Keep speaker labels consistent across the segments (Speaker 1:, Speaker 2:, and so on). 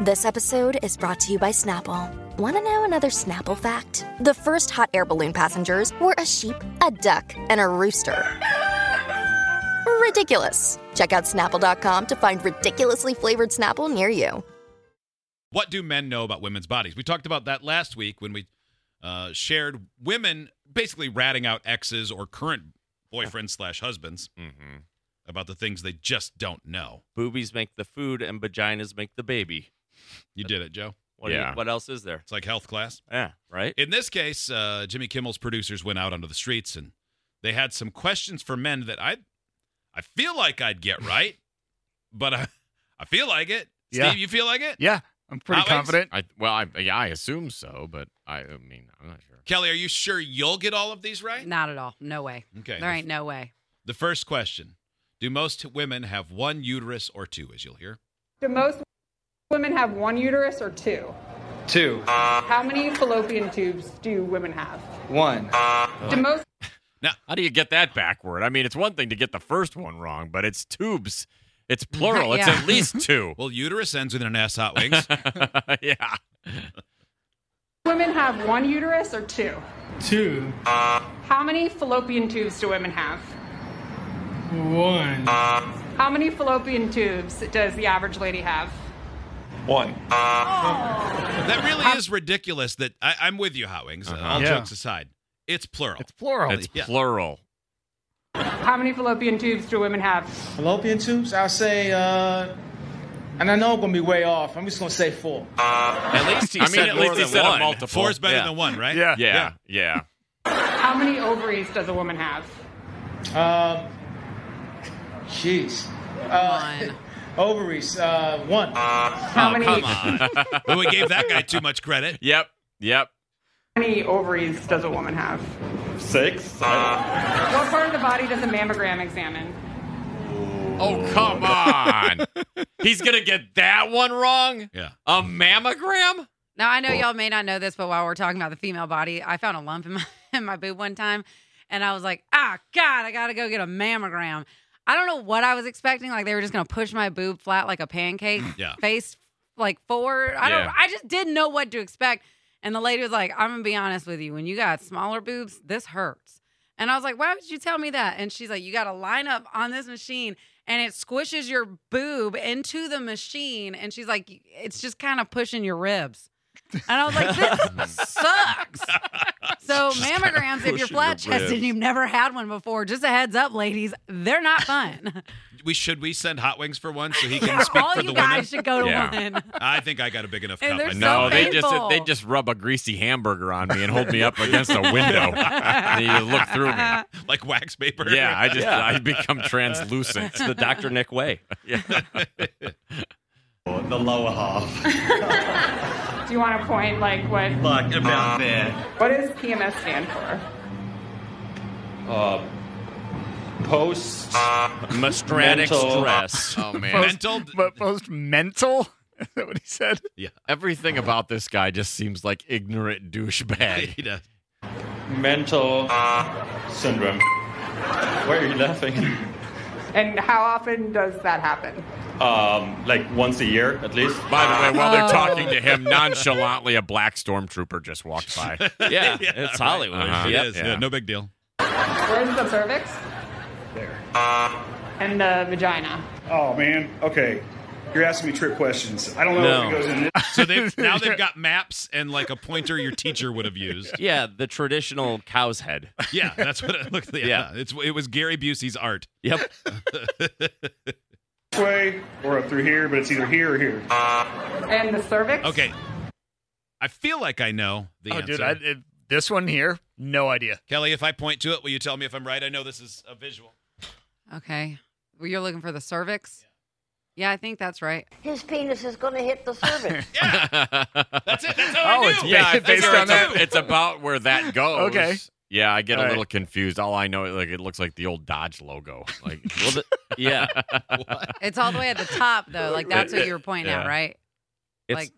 Speaker 1: This episode is brought to you by Snapple. Want to know another Snapple fact? The first hot air balloon passengers were a sheep, a duck, and a rooster. Ridiculous. Check out snapple.com to find ridiculously flavored Snapple near you.
Speaker 2: What do men know about women's bodies? We talked about that last week when we uh, shared women basically ratting out exes or current boyfriends slash husbands
Speaker 3: Mm-hmm.
Speaker 2: about the things they just don't know.
Speaker 3: Boobies make the food, and vaginas make the baby.
Speaker 2: You did it, Joe.
Speaker 3: What, do you-
Speaker 4: Yeah.
Speaker 3: what else is there?
Speaker 2: It's like health class.
Speaker 3: Yeah, right.
Speaker 2: In this case, uh, Jimmy Kimmel's producers went out onto the streets and they had some questions for men that I, I feel like I'd get right, but I, I feel like it.
Speaker 4: Yeah.
Speaker 2: Steve, you feel like it?
Speaker 4: Yeah, I'm pretty
Speaker 2: Alex?
Speaker 4: confident.
Speaker 5: I well, I, yeah, I assume so, but I, I mean, I'm not sure.
Speaker 2: Kelly, are you sure you'll get all of these right?
Speaker 6: Not at all. No way.
Speaker 2: Okay.
Speaker 6: There ain't no way.
Speaker 2: The first question: Do most women have one uterus or two? As you'll hear.
Speaker 7: Do most women have one uterus or two?
Speaker 8: Two.
Speaker 7: How many fallopian tubes do women have?
Speaker 8: One.
Speaker 7: Do most
Speaker 5: How do you get that backward? I mean, it's one thing to get the first one wrong, but it's tubes. It's plural. It's
Speaker 6: Yeah.
Speaker 5: at least two.
Speaker 2: Well, uterus ends with an S. Hot wings.
Speaker 5: yeah.
Speaker 7: women have one uterus or two?
Speaker 8: Two.
Speaker 7: How many fallopian tubes do women have?
Speaker 8: One.
Speaker 7: How many fallopian tubes does the average lady have?
Speaker 8: One.
Speaker 2: that really is ridiculous. That I, I'm with you, Hot Wings.
Speaker 5: Uh-huh.
Speaker 2: All
Speaker 4: Yeah.
Speaker 2: jokes aside, it's plural.
Speaker 4: It's plural.
Speaker 5: It's
Speaker 2: Yeah.
Speaker 5: plural.
Speaker 7: How many fallopian tubes do women have?
Speaker 8: Fallopian tubes? I'll say, uh, and I know I'm gonna be way off. I'm just gonna say four.
Speaker 3: At least he
Speaker 5: I mean,
Speaker 3: said
Speaker 5: at
Speaker 3: more
Speaker 5: least he
Speaker 3: than
Speaker 5: said a
Speaker 3: one.
Speaker 5: multiple.
Speaker 2: Four is better
Speaker 3: Yeah.
Speaker 2: than one, right?
Speaker 4: Yeah.
Speaker 5: Yeah. Yeah.
Speaker 7: How many ovaries does a woman have?
Speaker 8: Um, jeez.
Speaker 6: One.
Speaker 8: Ovaries. Uh, one.
Speaker 7: How many,
Speaker 3: Oh, Come on.
Speaker 2: Well, we gave that guy too much credit.
Speaker 5: Yep. Yep.
Speaker 7: how many ovaries does a woman have?
Speaker 9: Six?
Speaker 7: What part of the body does a mammogram examine?
Speaker 5: Oh, come on. He's going to get that one wrong?
Speaker 2: Yeah.
Speaker 5: A mammogram?
Speaker 6: Now I know y'all may not know this, but while we're talking about the female body, I found a lump in my in my boob one time, and I was like, "Ah, God, I gotta go get a mammogram." I don't know what I was expecting. Like they were just gonna push my boob flat like a pancake,
Speaker 2: Yeah.
Speaker 6: face like forward. I don't.
Speaker 5: Yeah.
Speaker 6: I just didn't know what to expect. And the lady was like, "I'm gonna be honest with you. When you got smaller boobs, this hurts." And I was like, "Why would you tell me that?" And she's like, "You got to line up on this machine." And it squishes your boob into the machine, and she's like, "It's just kind of pushing your ribs." And I was like, this sucks. So mammograms, if you're flat chested and you've never had one before, just a heads up, ladies, they're not fun.
Speaker 2: We should we send Hot Wings for one so he can speak
Speaker 6: All
Speaker 2: for
Speaker 6: you
Speaker 2: the women.
Speaker 6: guys should go to
Speaker 5: Yeah.
Speaker 6: one.
Speaker 2: I think I got a big enough
Speaker 6: And
Speaker 2: cup.
Speaker 6: they're
Speaker 2: I know.
Speaker 5: No,
Speaker 6: So
Speaker 5: Oh, they just
Speaker 6: painful.
Speaker 5: they just rub a greasy hamburger on me and hold me up against a window. and you look through me.
Speaker 2: like wax paper.
Speaker 5: Yeah, I just I become translucent.
Speaker 3: It's the Dr. Nick way.
Speaker 9: Oh, The lower half.
Speaker 7: Do you want to point like what
Speaker 9: Like about there.
Speaker 7: what does PMS stand for?
Speaker 9: Uh, post.
Speaker 3: Mastratic
Speaker 9: Mental.
Speaker 3: stress.
Speaker 5: Oh man.
Speaker 2: mental.
Speaker 4: but most mental. Is that what he said?
Speaker 5: Everything about this guy just seems like ignorant douchebag.
Speaker 2: He does.
Speaker 9: mental. syndrome. Why are you laughing?
Speaker 7: And how often does that happen?
Speaker 9: Um, like once a year at least.
Speaker 5: By the way, while they're
Speaker 6: Oh.
Speaker 5: talking to him nonchalantly, a black stormtrooper just walked by.
Speaker 3: Yeah, it's Hollywood.
Speaker 5: Uh-huh.
Speaker 2: It
Speaker 3: Yep.
Speaker 2: is.
Speaker 5: yeah.
Speaker 2: Yeah, no big deal.
Speaker 7: Where's the cervix? There. And the vagina.
Speaker 10: Oh man, okay. You're asking me trick questions. I don't know if
Speaker 3: No.
Speaker 10: it goes in this.
Speaker 2: So they've now they've got maps and like a pointer your teacher would have used.
Speaker 3: Yeah, the traditional cow's head.
Speaker 2: Yeah, that's what it looked like. Yeah,
Speaker 3: Yeah.
Speaker 2: it's it was Gary Busey's art.
Speaker 3: Yep.
Speaker 10: this way or up through here, but it's either here or here.
Speaker 7: And the cervix?
Speaker 2: Okay, I feel like I know the
Speaker 4: Oh,
Speaker 2: answer.
Speaker 4: dude, I, it, this one here, no idea.
Speaker 2: Kelly, if I point to it, will you tell me if I'm right? I know this is a visual.
Speaker 6: Okay. Well, you're looking for the cervix? Yeah, I think that's right.
Speaker 11: His penis is going to hit the cervix.
Speaker 2: That's it. That's
Speaker 4: Oh,
Speaker 11: how I
Speaker 5: Oh, it's
Speaker 11: knew.
Speaker 5: yeah,
Speaker 11: That's
Speaker 5: based
Speaker 11: how I
Speaker 5: on that.
Speaker 11: knew.
Speaker 5: It's about where that goes.
Speaker 11: Okay.
Speaker 5: Yeah, I get
Speaker 3: All
Speaker 5: a
Speaker 3: right.
Speaker 5: little confused. All I know, like it looks like the old Dodge logo. Like,
Speaker 3: yeah,
Speaker 6: It's all the way at the top though. Like that's what you were pointing at,
Speaker 5: Yeah.
Speaker 6: right?
Speaker 3: It's-
Speaker 6: like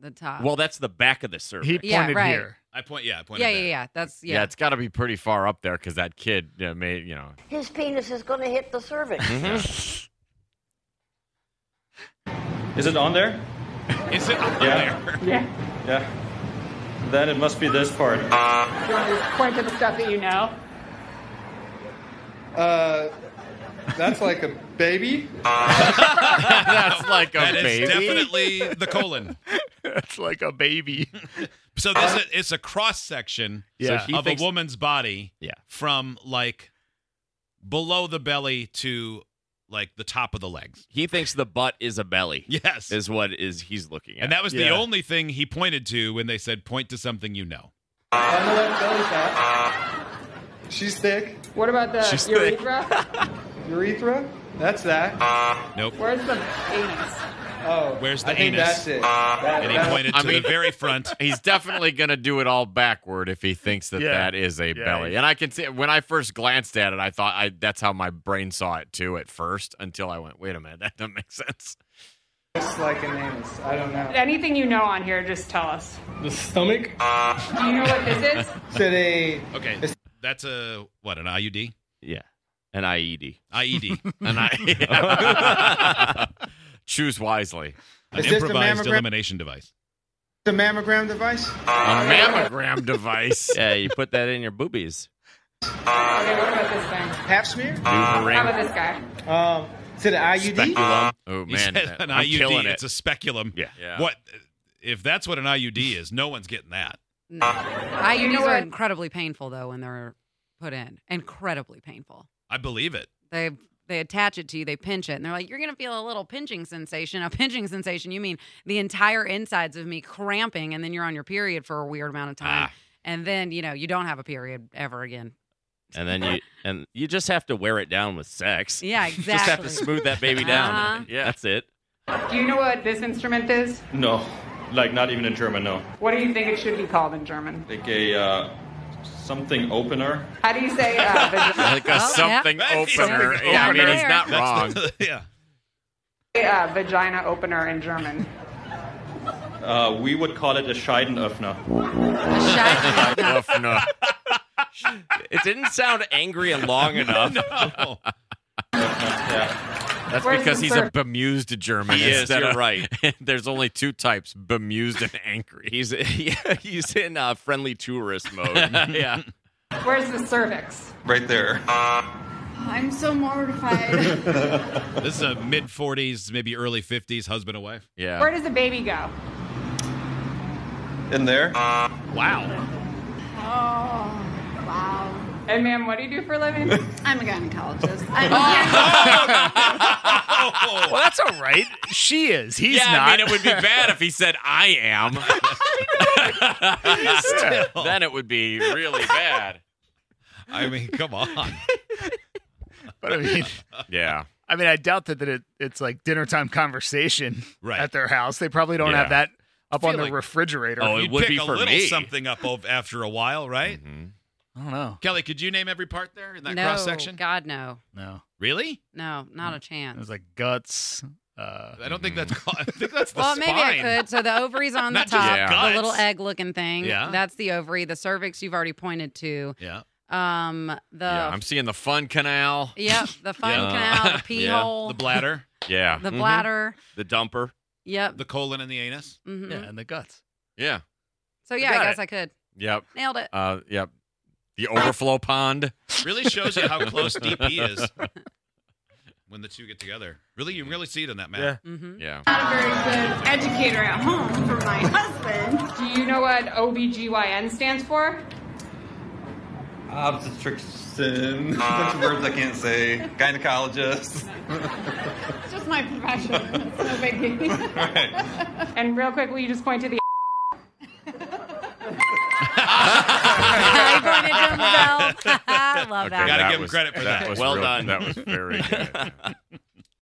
Speaker 6: the top.
Speaker 3: well, that's the back of the circle.
Speaker 6: He Yeah, pointed right. here.
Speaker 2: I point. Yeah, I
Speaker 6: yeah, yeah, yeah. That's yeah.
Speaker 5: Yeah, it's got to be pretty far up there because that kid uh, made you know.
Speaker 11: His penis is going to hit the cervix.
Speaker 9: Is it on there?
Speaker 2: Is it on
Speaker 9: yeah.
Speaker 7: Yeah.
Speaker 9: Yeah. Then it must be this part.
Speaker 7: You want me to point to the stuff that you know?
Speaker 9: Uh, that's like a baby.
Speaker 5: that's like a
Speaker 2: That is
Speaker 5: baby.
Speaker 2: definitely the colon.
Speaker 4: That's like a baby.
Speaker 2: So this is it's a cross section
Speaker 4: Yeah. So he
Speaker 2: of
Speaker 4: thinks-
Speaker 2: a woman's body
Speaker 5: Yeah.
Speaker 2: from like below the belly to like the top of the legs.
Speaker 3: He thinks the butt is a belly.
Speaker 2: Yes.
Speaker 3: is what is he's looking at.
Speaker 2: And that was the
Speaker 3: Yeah.
Speaker 2: only thing he pointed to when they said point to something you know.
Speaker 7: I know what belly fat.
Speaker 9: She's thick.
Speaker 7: What about the
Speaker 2: She's thick.
Speaker 7: urethra?
Speaker 9: Urethra? That's that.
Speaker 2: Nope.
Speaker 7: Where's the anus?
Speaker 9: Oh.
Speaker 2: Where's the
Speaker 9: I think
Speaker 2: anus?
Speaker 9: that's it. That-
Speaker 2: and he
Speaker 9: that-
Speaker 2: pointed to
Speaker 5: I mean-
Speaker 2: the very front.
Speaker 5: He's definitely gonna do it all backward if he thinks that
Speaker 2: Yeah.
Speaker 5: that is a
Speaker 2: Yeah,
Speaker 5: belly.
Speaker 2: yeah.
Speaker 5: And I can see when I first glanced at it, I thought I that's how my brain saw it too at first. Until I went, wait a minute, that doesn't make sense.
Speaker 7: It's like an anus. I don't know.
Speaker 12: Anything you know on here, just tell us.
Speaker 9: The stomach.
Speaker 12: Do you know what this is?
Speaker 9: Today.
Speaker 2: Okay. That's a what, an IUD?
Speaker 3: Yeah. An E IED.
Speaker 2: IED.
Speaker 5: And I choose wisely.
Speaker 2: An
Speaker 5: Is this the
Speaker 2: improvised
Speaker 5: mammogram-
Speaker 2: elimination device.
Speaker 9: The mammogram device?
Speaker 5: A mammogram device.
Speaker 3: Yeah, you put that in your boobies.
Speaker 12: Okay, what about this thing?
Speaker 9: Pap smear?
Speaker 12: How about this guy?
Speaker 9: Um, to the IUD?
Speaker 5: Oh
Speaker 2: He said
Speaker 5: man, that-
Speaker 2: an
Speaker 5: I'm
Speaker 2: IUD.
Speaker 5: killing it.
Speaker 2: It's a speculum.
Speaker 5: Yeah. Yeah.
Speaker 2: What if that's what an IUD is? No one's getting that.
Speaker 6: No. IUDs
Speaker 12: You know
Speaker 6: are
Speaker 12: what?
Speaker 6: incredibly painful though when they're put in. Incredibly painful.
Speaker 2: I believe it.
Speaker 6: They they attach it to you, they pinch it, and they're like, You're gonna feel a little pinching sensation. A pinching sensation, you mean the entire insides of me cramping, and then you're on your period for a weird amount of time. And then, you know, you don't have a period ever again.
Speaker 3: And then you and you just have to wear it down with sex.
Speaker 6: Yeah,
Speaker 3: Just have to
Speaker 6: exactly.
Speaker 3: smooth that baby down.
Speaker 12: Uh-huh.
Speaker 3: Yeah. That's it.
Speaker 12: Do you know what this instrument is?
Speaker 9: No. Like, not even in German, no.
Speaker 12: What do you think it should be called in German?
Speaker 9: Like a, uh, something opener.
Speaker 12: How do you say uh, vagina?
Speaker 5: Like
Speaker 3: Oh,
Speaker 5: a something opener.
Speaker 9: Something
Speaker 5: Yeah, I mean,
Speaker 9: opener.
Speaker 5: he's not
Speaker 9: That's
Speaker 5: wrong.
Speaker 9: the-
Speaker 2: yeah.
Speaker 12: uh, vagina opener in German?
Speaker 9: Uh, we would call it a Scheidenöffner.
Speaker 5: Scheidenöffner.
Speaker 3: It didn't sound angry and long enough.
Speaker 2: Oh,
Speaker 5: That's
Speaker 3: Where's
Speaker 5: because
Speaker 3: the
Speaker 5: he's
Speaker 3: third-
Speaker 5: a bemused German.
Speaker 3: He is,
Speaker 5: instead
Speaker 3: you're
Speaker 5: of-
Speaker 3: right.
Speaker 5: There's only two types: bemused and angry.
Speaker 3: He's yeah, he's in uh, friendly tourist mode.
Speaker 5: yeah.
Speaker 12: Where's the cervix?
Speaker 9: Right there.
Speaker 12: I'm so mortified.
Speaker 2: This is a mid 40s, maybe early 50s husband and wife.
Speaker 5: Yeah.
Speaker 12: Where does the baby go?
Speaker 9: In there?
Speaker 2: Wow.
Speaker 12: Oh, wow. And ma'am, what do you do for a living? I'm a gynecologist. I'm
Speaker 4: Well, that's all right. She is. He's
Speaker 5: yeah,
Speaker 4: not.
Speaker 5: I mean, it would be bad if he said, "I am."
Speaker 4: Still.
Speaker 5: Then it would be really bad.
Speaker 2: I mean, come on.
Speaker 4: But I mean,
Speaker 5: Yeah.
Speaker 4: I mean, I doubt that, that it, it's like dinner time conversation
Speaker 2: Right.
Speaker 4: at their house. They probably don't
Speaker 5: Yeah.
Speaker 4: have that up
Speaker 2: I
Speaker 4: on
Speaker 2: feel
Speaker 4: the
Speaker 2: like-
Speaker 4: refrigerator.
Speaker 5: Oh, it
Speaker 2: You'd
Speaker 5: would
Speaker 2: pick
Speaker 5: be
Speaker 2: a
Speaker 5: for
Speaker 2: little
Speaker 5: me. Mm-hmm.
Speaker 2: something up ov- after a while, right?
Speaker 4: I don't know.
Speaker 2: Kelly, could you name every part there in that
Speaker 6: no,
Speaker 2: cross section?
Speaker 6: God no.
Speaker 4: No,
Speaker 2: Really?
Speaker 6: No, not a chance.
Speaker 4: it was like guts. Uh,
Speaker 2: I don't think that's.
Speaker 5: Mm-hmm.
Speaker 2: ca- I think that's the
Speaker 6: well,
Speaker 2: spine.
Speaker 6: maybe I could. So the ovary's on the
Speaker 2: Not just
Speaker 6: top,
Speaker 2: guts.
Speaker 6: the little egg looking thing.
Speaker 5: Yeah.
Speaker 6: That's the ovary. The cervix you've already pointed to.
Speaker 2: Yeah.
Speaker 6: Um the
Speaker 5: yeah. I'm seeing the fun canal.
Speaker 6: Yep, the fun
Speaker 5: Yeah.
Speaker 6: canal, the pee
Speaker 5: Yeah.
Speaker 6: hole,
Speaker 2: The bladder,
Speaker 5: Yeah.
Speaker 6: the
Speaker 4: Mm-hmm.
Speaker 5: Mhm.
Speaker 6: bladder.
Speaker 3: The dumper.
Speaker 6: Yep.
Speaker 2: the colon, and the anus.
Speaker 6: hmm
Speaker 4: Yeah, and the guts.
Speaker 5: Yeah.
Speaker 6: So yeah,
Speaker 4: got
Speaker 6: I guess
Speaker 4: it.
Speaker 6: I could.
Speaker 5: Yep.
Speaker 6: Nailed it.
Speaker 5: Uh. Yep. The overflow pond.
Speaker 2: Really shows you how close DP is when the two get together. Really, you really see it in that map.
Speaker 6: Mm-hmm.
Speaker 5: Yeah.
Speaker 12: not a very good educator at home for my husband. Do you know what OBGYN stands for?
Speaker 9: Obstetrician. A bunch of words I can't say. Gynecologist.
Speaker 12: It's just my profession. It's no biggie.
Speaker 9: Right.
Speaker 12: and real quick, will you just point to the
Speaker 6: I pointed to himself. I love
Speaker 5: Okay,
Speaker 2: Gotta
Speaker 6: that.
Speaker 5: that
Speaker 2: give him
Speaker 5: was-
Speaker 2: credit for that.
Speaker 5: was
Speaker 3: Well
Speaker 5: real-
Speaker 3: done.
Speaker 5: That was very good.